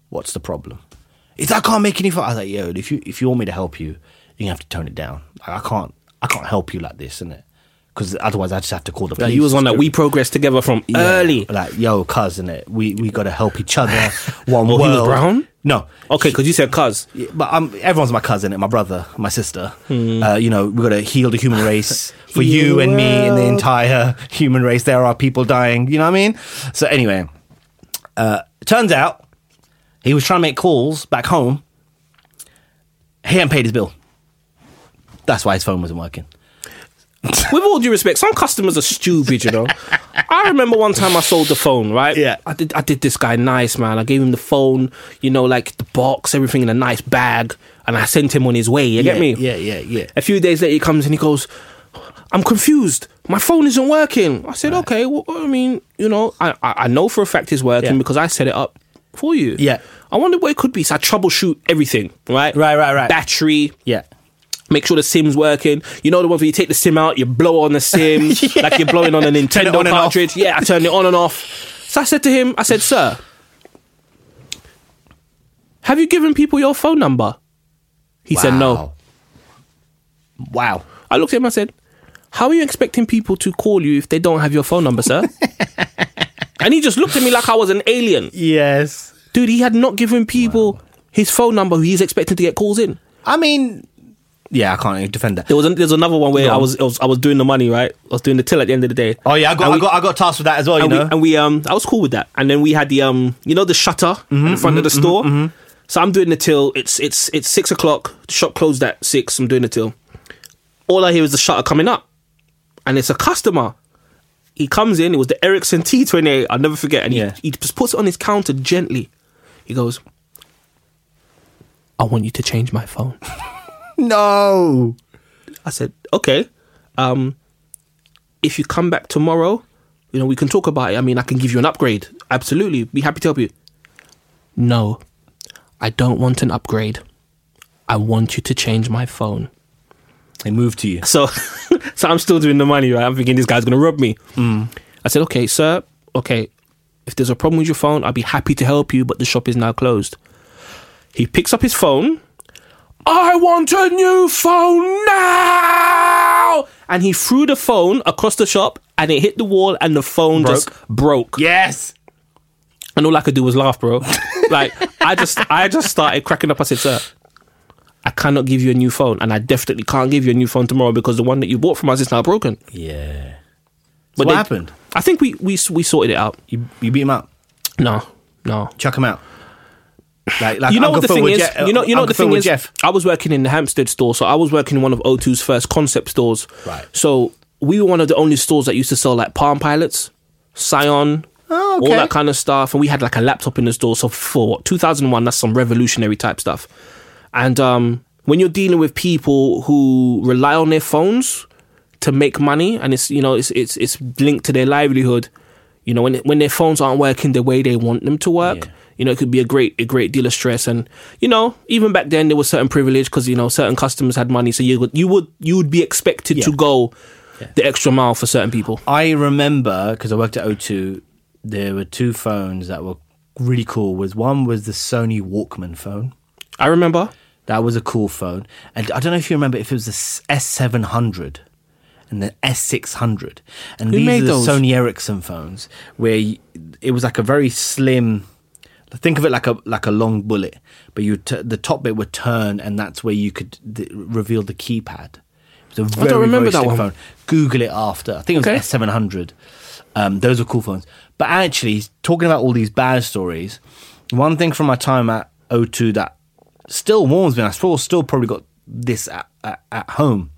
Speaker 3: What's the problem? It's I can't make any fun. I was like, yo, if you if you want me to help you, you have to tone it down. Like, I can't I can't help you like this, innit? Because otherwise, I just have to call the police.
Speaker 4: Like, you was on that we progressed together from
Speaker 3: Yeah,
Speaker 4: early.
Speaker 3: Like, yo, cuz, innit? We we gotta help each other. One
Speaker 4: Oh, he was
Speaker 3: world.
Speaker 4: brown?
Speaker 3: No.
Speaker 4: Okay, because you said cuz.
Speaker 3: Yeah, but i everyone's my cousin and my brother, my sister.
Speaker 4: Hmm.
Speaker 3: Uh, you know, we've got to heal the human race for you and me and the entire human race. There are people dying. You know what I mean? So anyway, uh, turns out he was trying to make calls back home. He hadn't paid his bill. That's why his phone wasn't working.
Speaker 4: With all due respect, some customers are stupid, you know. I remember one time I sold the phone, right?
Speaker 3: Yeah.
Speaker 4: I did I did this guy nice, man. I gave him the phone, you know, like the box, everything in a nice bag, and I sent him on his way. You get
Speaker 3: yeah,
Speaker 4: me?
Speaker 3: Yeah, yeah, yeah.
Speaker 4: A few days later, he comes and he goes, I'm confused. My phone isn't working. I said, okay, well, I mean, you know, I, I I know for a fact it's working
Speaker 3: Yeah.
Speaker 4: because I set it up for you.
Speaker 3: Yeah.
Speaker 4: I wonder what it could be. So I troubleshoot everything, right?
Speaker 3: Right, right, right.
Speaker 4: Battery.
Speaker 3: Yeah.
Speaker 4: Make sure the SIM's working. You know the one where you take the SIM out, you blow on the SIM, like you're blowing on a
Speaker 3: Turn it
Speaker 4: Nintendo
Speaker 3: on and off.
Speaker 4: cartridge. Yeah, I turned it on and off. So I said to him, I said, sir, have you given people your phone number? He said, no.
Speaker 3: Wow. Wow.
Speaker 4: I looked at him and I said, How are you expecting people to call you if they don't have your phone number, sir? and he just looked at me like I was an alien.
Speaker 3: Yes.
Speaker 4: Dude, he had not given people his phone number who he's expecting to get calls in.
Speaker 3: I mean, yeah, I can't defend that.
Speaker 4: There was, an there's another one where
Speaker 3: Go on.
Speaker 4: I was, I was I was doing the money, right? I was doing the till at the end of the day.
Speaker 3: Oh yeah, I got,
Speaker 4: And
Speaker 3: I
Speaker 4: we-
Speaker 3: got, I got tasked with that as well. You
Speaker 4: and we,
Speaker 3: know,
Speaker 4: and we um I was cool with that. And then we had the um you know the shutter
Speaker 3: Mm-hmm,
Speaker 4: in front of the store. So I'm doing the till. It's it's it's six o'clock. The shop closed at six. I'm doing the till. All I hear is the shutter coming up, and it's a customer. He comes in. It was the Ericsson T28. I'll never forget. And he,
Speaker 3: Yeah.
Speaker 4: he just puts it on his counter gently. He goes, "I want you to change my phone."
Speaker 3: no.
Speaker 4: I said, okay. Um, if you come back tomorrow, you know, we can talk about it. I mean, I can give you an upgrade. Absolutely. Be happy to help you. No, I don't want an upgrade. I want you to change my phone.
Speaker 3: They moved to you.
Speaker 4: So, so I'm still doing the money, right? I'm thinking this guy's going to rob me. I said, okay, sir, okay, if there's a problem with your phone, I'd be happy to help you, but the shop is now closed. He picks up his phone. I want a new phone now! And he threw the phone across the shop and it hit the wall and the phone just broke.
Speaker 3: Yes.
Speaker 4: And all I could do was laugh, bro. like I just I just started cracking up. I said, Sir, I cannot give you a new phone, and I definitely can't give you a new phone tomorrow because the one that you bought from us is now broken.
Speaker 3: Yeah.
Speaker 4: But
Speaker 3: what
Speaker 4: they-
Speaker 3: happened?
Speaker 4: I think we we we sorted it out.
Speaker 3: You, you beat him up.
Speaker 4: No, no.
Speaker 3: Chuck him out. Like, like
Speaker 4: You know
Speaker 3: Uncle
Speaker 4: what the
Speaker 3: Phil
Speaker 4: thing
Speaker 3: with
Speaker 4: is?
Speaker 3: Je- uh,
Speaker 4: you know, you know what
Speaker 3: Uncle
Speaker 4: the
Speaker 3: Phil
Speaker 4: thing
Speaker 3: with
Speaker 4: is.
Speaker 3: Jeff.
Speaker 4: I was working in the Hampstead store, so I was working in one of O2's first concept stores.
Speaker 3: Right.
Speaker 4: So we were one of the only stores that used to sell like Palm Pilots, Scion,
Speaker 3: Oh,
Speaker 4: all
Speaker 3: okay.
Speaker 4: that kind of stuff, and we had like a laptop in the store. So for what 2001, that's some revolutionary type stuff. And um, when you're dealing with people who rely on their phones to make money, and it's you know it's it's it's linked to their livelihood. You know when when their phones aren't working the way they want them to work,
Speaker 3: Yeah.
Speaker 4: you know it could be a great a great deal of stress. And you know even back then there was certain privilege because you know certain customers had money, so you would you would you would be expected to
Speaker 3: Yeah.
Speaker 4: go the extra mile for certain people.
Speaker 3: I remember because I worked at O2. There were two phones that were really cool. Was one was the Sony Walkman phone.
Speaker 4: I remember.
Speaker 3: That was a cool phone. And I don't know if you remember if it was the S700 and the S600. And these
Speaker 4: made
Speaker 3: are the
Speaker 4: those?
Speaker 3: Sony Ericsson phones where y it was like a very slim think of it like a like a long bullet, but you t- the top bit would turn and that's where you could th- reveal the keypad. It was a very,
Speaker 4: remember
Speaker 3: very
Speaker 4: that
Speaker 3: slick
Speaker 4: one.
Speaker 3: phone. Google it after. I think it was
Speaker 4: Okay.
Speaker 3: S seven hundred. Um, those were cool phones. But actually, talking about all these bad stories, one thing from my time at O2 that still warms me. and I still still probably got this at, at, at home.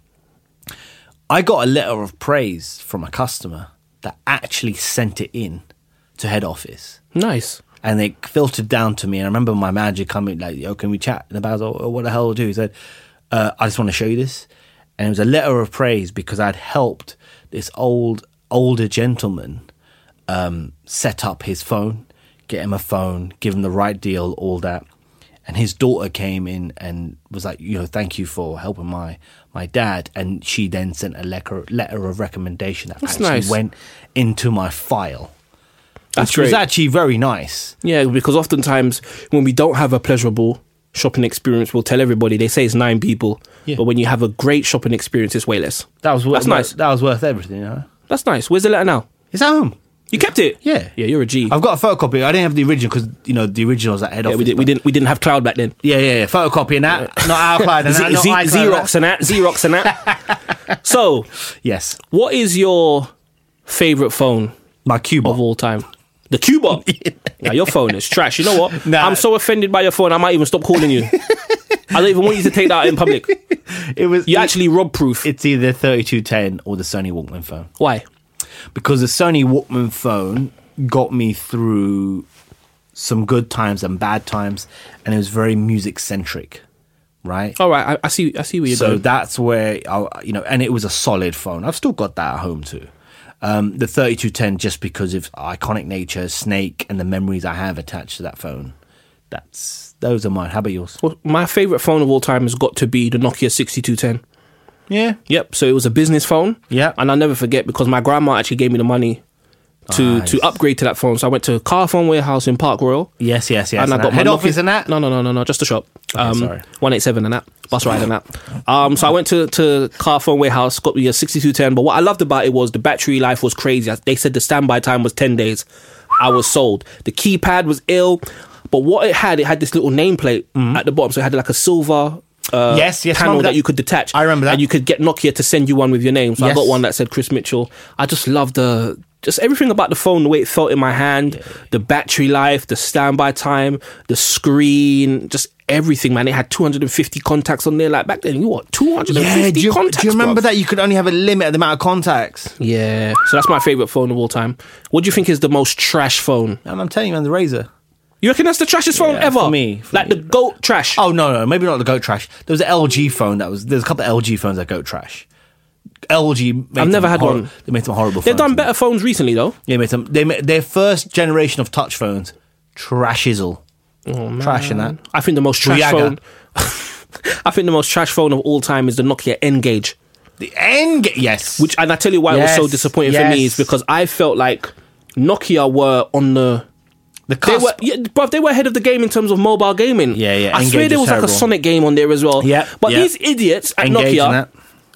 Speaker 3: I got a letter of praise from a customer that actually sent it in to head office
Speaker 4: Nice.
Speaker 3: and they filtered down to me. And I remember my manager coming, like, "Yo, can we chat?" And I was like, oh, "What the hell do I do?" He said, uh, "I just want to show you this." And it was a letter of praise because I'd helped this old older gentleman um, set up his phone, get him a phone, give him the right deal, all that. And his daughter came in and was like, you know, thank you for helping my my dad. And she then sent a letter letter of recommendation that
Speaker 4: That's
Speaker 3: actually
Speaker 4: nice.
Speaker 3: went into my file.
Speaker 4: That's
Speaker 3: which was
Speaker 4: great.
Speaker 3: actually very nice.
Speaker 4: Yeah, because oftentimes when we don't have a pleasurable shopping experience, we'll tell everybody. They say it's nine people,
Speaker 3: Yeah.
Speaker 4: but when you have a great shopping experience, it's way less.
Speaker 3: That was worth,
Speaker 4: That's nice.
Speaker 3: That was worth everything. You know?
Speaker 4: That's nice. Where's the letter now?
Speaker 3: It's at home.
Speaker 4: You kept it.
Speaker 3: Yeah.
Speaker 4: yeah. You're a G.
Speaker 3: I've got a photocopy. I didn't have the original because you know the original was at head
Speaker 4: yeah,
Speaker 3: office.
Speaker 4: we, did, we
Speaker 3: but-
Speaker 4: didn't. We didn't have cloud back then.
Speaker 3: Yeah, yeah, yeah. Photocopying that, not iCloud and
Speaker 4: Z-
Speaker 3: that, not
Speaker 4: Z-
Speaker 3: iCloud.
Speaker 4: Xerox and that. Xerox and that. so,
Speaker 3: Yes,
Speaker 4: what is your favorite phone
Speaker 3: my Cuba.
Speaker 4: of all time? The Cuba. Nah, your phone is trash. You know what?
Speaker 3: Nah.
Speaker 4: I'm so offended by your phone. I might even stop calling you. I don't even want you to take that out in public.
Speaker 3: It was
Speaker 4: You actually rob proof.
Speaker 3: It's either thirty-two ten or the Sony Walkman phone
Speaker 4: Why?
Speaker 3: because the Sony Walkman phone got me through some good times and bad times, and it was very music centric, right?
Speaker 4: All right, I, I see. I see where you're
Speaker 3: so
Speaker 4: going.
Speaker 3: that's where I, you know, and it was a solid phone. I've still got that at home too. Um, the 3210, just because of iconic nature, Snake, and the memories I have attached to that phone. That's those are mine. How about yours?
Speaker 4: Well, my favorite phone of all time has got to be the Nokia 6210.
Speaker 3: Yeah,
Speaker 4: Yep. So it was a business phone.
Speaker 3: Yeah.
Speaker 4: And I'll never forget because my grandma actually gave me the money to
Speaker 3: Nice.
Speaker 4: to upgrade to that phone. So I went to Car Phone Warehouse in Park Royal.
Speaker 3: yes, yes, yes.
Speaker 4: and I got
Speaker 3: head
Speaker 4: my
Speaker 3: office
Speaker 4: Nokia-
Speaker 3: and that.
Speaker 4: No, no, no, no, no, just a shop. um,
Speaker 3: sorry.
Speaker 4: one eight seven and that bus ride and that. Um, so I went to to car phone warehouse, got me a sixty two ten. But what I loved about it was the battery life was crazy. They said the standby time was ten days. I was sold. The keypad was ill, but what it had, it had this little nameplate at the bottom, so it had like a silver. Uh,
Speaker 3: Mm-hmm. Yes, yes,
Speaker 4: panel
Speaker 3: remember
Speaker 4: that.
Speaker 3: that.
Speaker 4: you could detach.
Speaker 3: I remember that.
Speaker 4: And you could get Nokia to send you one with your name. So I got
Speaker 3: Yes.
Speaker 4: one that said Chris Mitchell. I just love the just everything about the phone, the way it felt in my hand, the battery life, the standby time, the screen, just everything, man. It had 250 contacts on there. Like back then, you what? 250
Speaker 3: Yeah, do you,
Speaker 4: contacts.
Speaker 3: do you remember
Speaker 4: bruv?
Speaker 3: that you could only have a limit of the amount of contacts?
Speaker 4: Yeah. So that's my favorite phone of all time. What do you think is the most trash phone?
Speaker 3: And I'm telling you, man, the Razor.
Speaker 4: You reckon that's the trashest phone
Speaker 3: Yeah,
Speaker 4: ever?
Speaker 3: for me, for
Speaker 4: like
Speaker 3: me.
Speaker 4: the goat trash.
Speaker 3: Oh no, no, maybe not the goat trash. There was an LG phone that was. There's a couple of LG phones that goat trash. LG. Made
Speaker 4: I've never
Speaker 3: some
Speaker 4: had
Speaker 3: hor-
Speaker 4: one.
Speaker 3: They made some horrible.
Speaker 4: They've
Speaker 3: phones,
Speaker 4: done
Speaker 3: man.
Speaker 4: better phones recently though.
Speaker 3: Yeah, mate. Some, they ma- their first generation of touch phones, trashizzle, trash in that.
Speaker 4: I think the most trash
Speaker 3: Booyah.
Speaker 4: phone. I think the most trash phone of all time is the Nokia N Gage.
Speaker 3: The end. ga- Yes,
Speaker 4: Which and I tell you why it was so
Speaker 3: Yes,
Speaker 4: disappointing for me
Speaker 3: yes.
Speaker 4: is because I felt like Nokia were on the
Speaker 3: the
Speaker 4: they
Speaker 3: cusp.
Speaker 4: were yeah, bruv, they were ahead of the game in terms of mobile gaming.
Speaker 3: Yeah, yeah,
Speaker 4: I swear
Speaker 3: Engage
Speaker 4: there
Speaker 3: is
Speaker 4: was like a
Speaker 3: terrible.
Speaker 4: Sonic game on there as well.
Speaker 3: Yeah,
Speaker 4: But
Speaker 3: yeah.
Speaker 4: these idiots at
Speaker 3: Engage in
Speaker 4: Nokia
Speaker 3: that.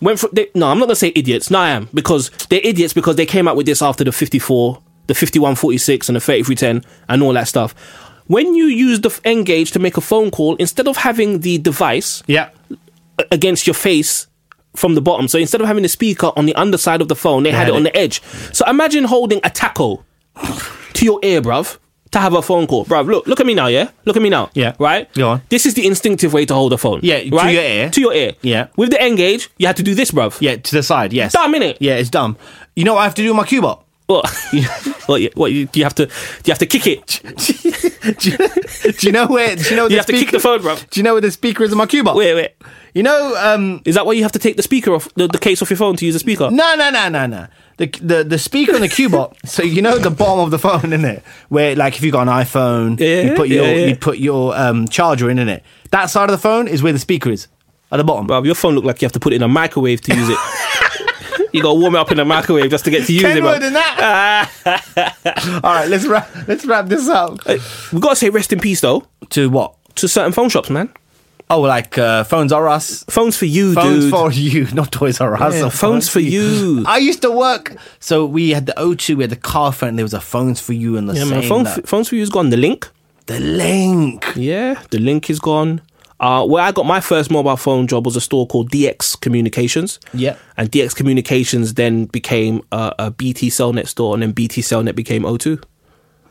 Speaker 4: went for they, no, I'm not gonna say idiots. No, I am because they're idiots because they came out with this after the 54, the 5146, and the 3310 and all that stuff. When you use the f- engage to make a phone call, instead of having the device
Speaker 3: yeah,
Speaker 4: against your face from the bottom. So instead of having the speaker on the underside of the phone, they had,
Speaker 3: had
Speaker 4: it on
Speaker 3: it.
Speaker 4: the edge. So imagine holding a taco to your ear, bruv, to have a phone call. Bruv, look, look at me now, yeah? Look at me now.
Speaker 3: Yeah.
Speaker 4: Right?
Speaker 3: Go on.
Speaker 4: This is the instinctive way to hold a phone.
Speaker 3: Yeah, to
Speaker 4: right?
Speaker 3: your ear.
Speaker 4: To your ear.
Speaker 3: Yeah.
Speaker 4: With the engage, you had to do this, bruv.
Speaker 3: yeah, to the side. Yes,
Speaker 4: Dumb, innit?
Speaker 3: Yeah, it's dumb. You know what I have to do with my cubot?
Speaker 4: What? what, you- what you, do you have to do you have to kick it?
Speaker 3: do, you, do you know where? Do you know where
Speaker 4: You
Speaker 3: the
Speaker 4: have to kick
Speaker 3: speaker-
Speaker 4: the phone, bruv.
Speaker 3: Do you know where the speaker is in my cubot?
Speaker 4: Wait, wait.
Speaker 3: You know, um,
Speaker 4: Is that why you have to take the speaker off the, the case off your phone to use a speaker?
Speaker 3: no, no, no, no, no. The, the the speaker on the cubot. so you know the bottom of the phone, in it, where like if you got an iPhone,
Speaker 4: Yeah,
Speaker 3: you put
Speaker 4: yeah,
Speaker 3: your
Speaker 4: yeah.
Speaker 3: you put your um charger in, in it. That side of the phone is where the speaker is at the bottom.
Speaker 4: Bruv, your phone looked like you have to put it in a microwave to use it. you gotta warm it up in a microwave just to get to use it,
Speaker 3: Ten
Speaker 4: bruv.
Speaker 3: word in that. All right, let's wrap. Let's wrap this up.
Speaker 4: We gotta say rest in peace though
Speaker 3: Uh, To what?
Speaker 4: to certain phone shops, man.
Speaker 3: Oh, like uh, phones are us.
Speaker 4: Phones for you,
Speaker 3: Phones
Speaker 4: dude.
Speaker 3: for you, not toys are us.
Speaker 4: Yeah,
Speaker 3: or
Speaker 4: phones for you.
Speaker 3: I used to work, so we had the O2, we had the car phone. There was a phones for you and the
Speaker 4: yeah,
Speaker 3: same.
Speaker 4: man. Phone,
Speaker 3: that-
Speaker 4: phones for you is gone. The link.
Speaker 3: the link.
Speaker 4: Yeah, the link is gone. Uh, where I got my first mobile phone job was a store called DX Communications.
Speaker 3: Yeah.
Speaker 4: And DX Communications then became uh, a BT Cellnet store, and then BT Cellnet became O2.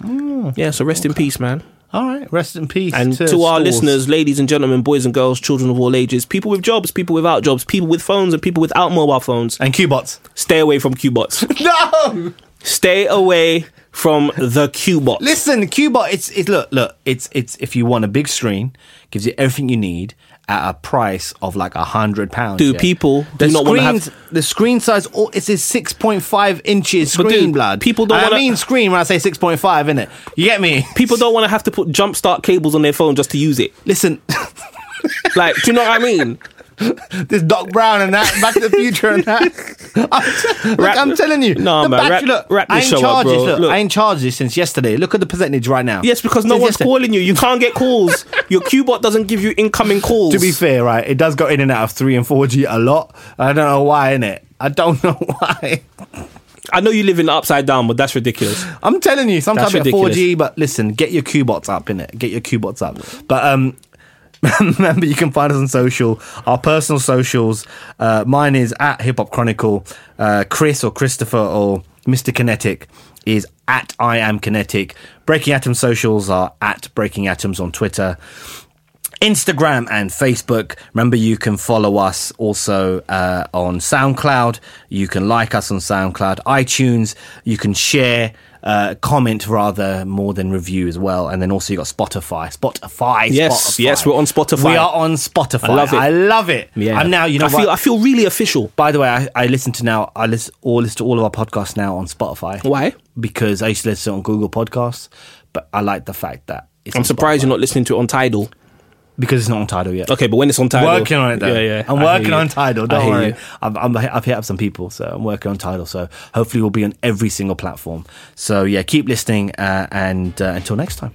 Speaker 3: Mm.
Speaker 4: yeah, so rest in peace, man.
Speaker 3: All right, rest in peace.
Speaker 4: And to, our
Speaker 3: stores.
Speaker 4: listeners, ladies and gentlemen, boys and girls, children of all ages, people with jobs, people without jobs, people with phones, and people without mobile phones,
Speaker 3: and Qbots.
Speaker 4: stay away from Q-bots.
Speaker 3: No,
Speaker 4: stay away from the Q-bot.
Speaker 3: listen, Qbot. It's it's look look. It's it's if you want a big screen, gives you everything you need at a price of like a hundred pounds.
Speaker 4: Dude, people
Speaker 3: the
Speaker 4: do not wanna have-
Speaker 3: screens, the screen size. all it's a six point five inches
Speaker 4: But
Speaker 3: screen.
Speaker 4: dude,
Speaker 3: blood.
Speaker 4: people don't
Speaker 3: And I
Speaker 4: wanna-
Speaker 3: mean screen when I say six point five. In it, you get me?
Speaker 4: People don't want to have to put jump start cables on their phone just to use it.
Speaker 3: Listen,
Speaker 4: Like, do you know what I mean?
Speaker 3: There's Doc Brown and that, Back to the Future and that. I'm, t- look,
Speaker 4: Wrap-
Speaker 3: I'm telling you,
Speaker 4: Nah,
Speaker 3: the
Speaker 4: man, wrap-
Speaker 3: Bachelor.
Speaker 4: wrap
Speaker 3: I
Speaker 4: this
Speaker 3: ain't
Speaker 4: show up,
Speaker 3: charged
Speaker 4: bro.
Speaker 3: this. Look,
Speaker 4: Look.
Speaker 3: I ain't charged this since yesterday. Look at the percentage right now.
Speaker 4: Yes, because no
Speaker 3: Since
Speaker 4: one's
Speaker 3: yesterday.
Speaker 4: calling you. You can't get calls. Your QBot doesn't give you incoming calls.
Speaker 3: To be fair, right, it does go in and out of three and four G a lot. I don't know why, innit? I don't know why.
Speaker 4: I know you live in the upside down, but that's ridiculous.
Speaker 3: I'm telling you, sometimes
Speaker 4: That's
Speaker 3: it's 4G, but listen, get your Q-Bots up, innit? Get your Q-Bots up. But um, remember, you can find us on social, our personal socials. Uh, mine is at Hip Hop Chronicle. Uh, Chris or Christopher or Mr. Kinetic is at I Am Kinetic. Breaking Atom socials are at Breaking Atoms on Twitter. Instagram and Facebook. Remember, you can follow us also uh, on SoundCloud. You can like us on SoundCloud, iTunes. You can share, uh, comment rather more than review as well. And then also you got Spotify. Spotify.
Speaker 4: Yes,
Speaker 3: Spotify.
Speaker 4: yes, we're on Spotify.
Speaker 3: We are on Spotify.
Speaker 4: I love it.
Speaker 3: I love it. I'm now. You know
Speaker 4: I feel
Speaker 3: what?
Speaker 4: I feel really official.
Speaker 3: By the way, I, I listen to now. I listen all listen to all of our podcasts now on Spotify.
Speaker 4: Why?
Speaker 3: Because I used to listen on Google Podcasts, but I like the fact that it's
Speaker 4: I'm
Speaker 3: on
Speaker 4: surprised
Speaker 3: Spotify.
Speaker 4: you're not listening to it on Tidal.
Speaker 3: because it's not on Tidal yet.
Speaker 4: Okay, but when it's on Tidal,
Speaker 3: Working on it though.
Speaker 4: Yeah, yeah.
Speaker 3: I'm
Speaker 4: I hear
Speaker 3: working
Speaker 4: you.
Speaker 3: on Tidal.
Speaker 4: I
Speaker 3: Don't
Speaker 4: hear
Speaker 3: worry.
Speaker 4: you.
Speaker 3: I've, I'm, I've hit up some people, so I'm working on Tidal. So hopefully we'll be on every single platform. So yeah, keep listening, uh, and uh, until next time.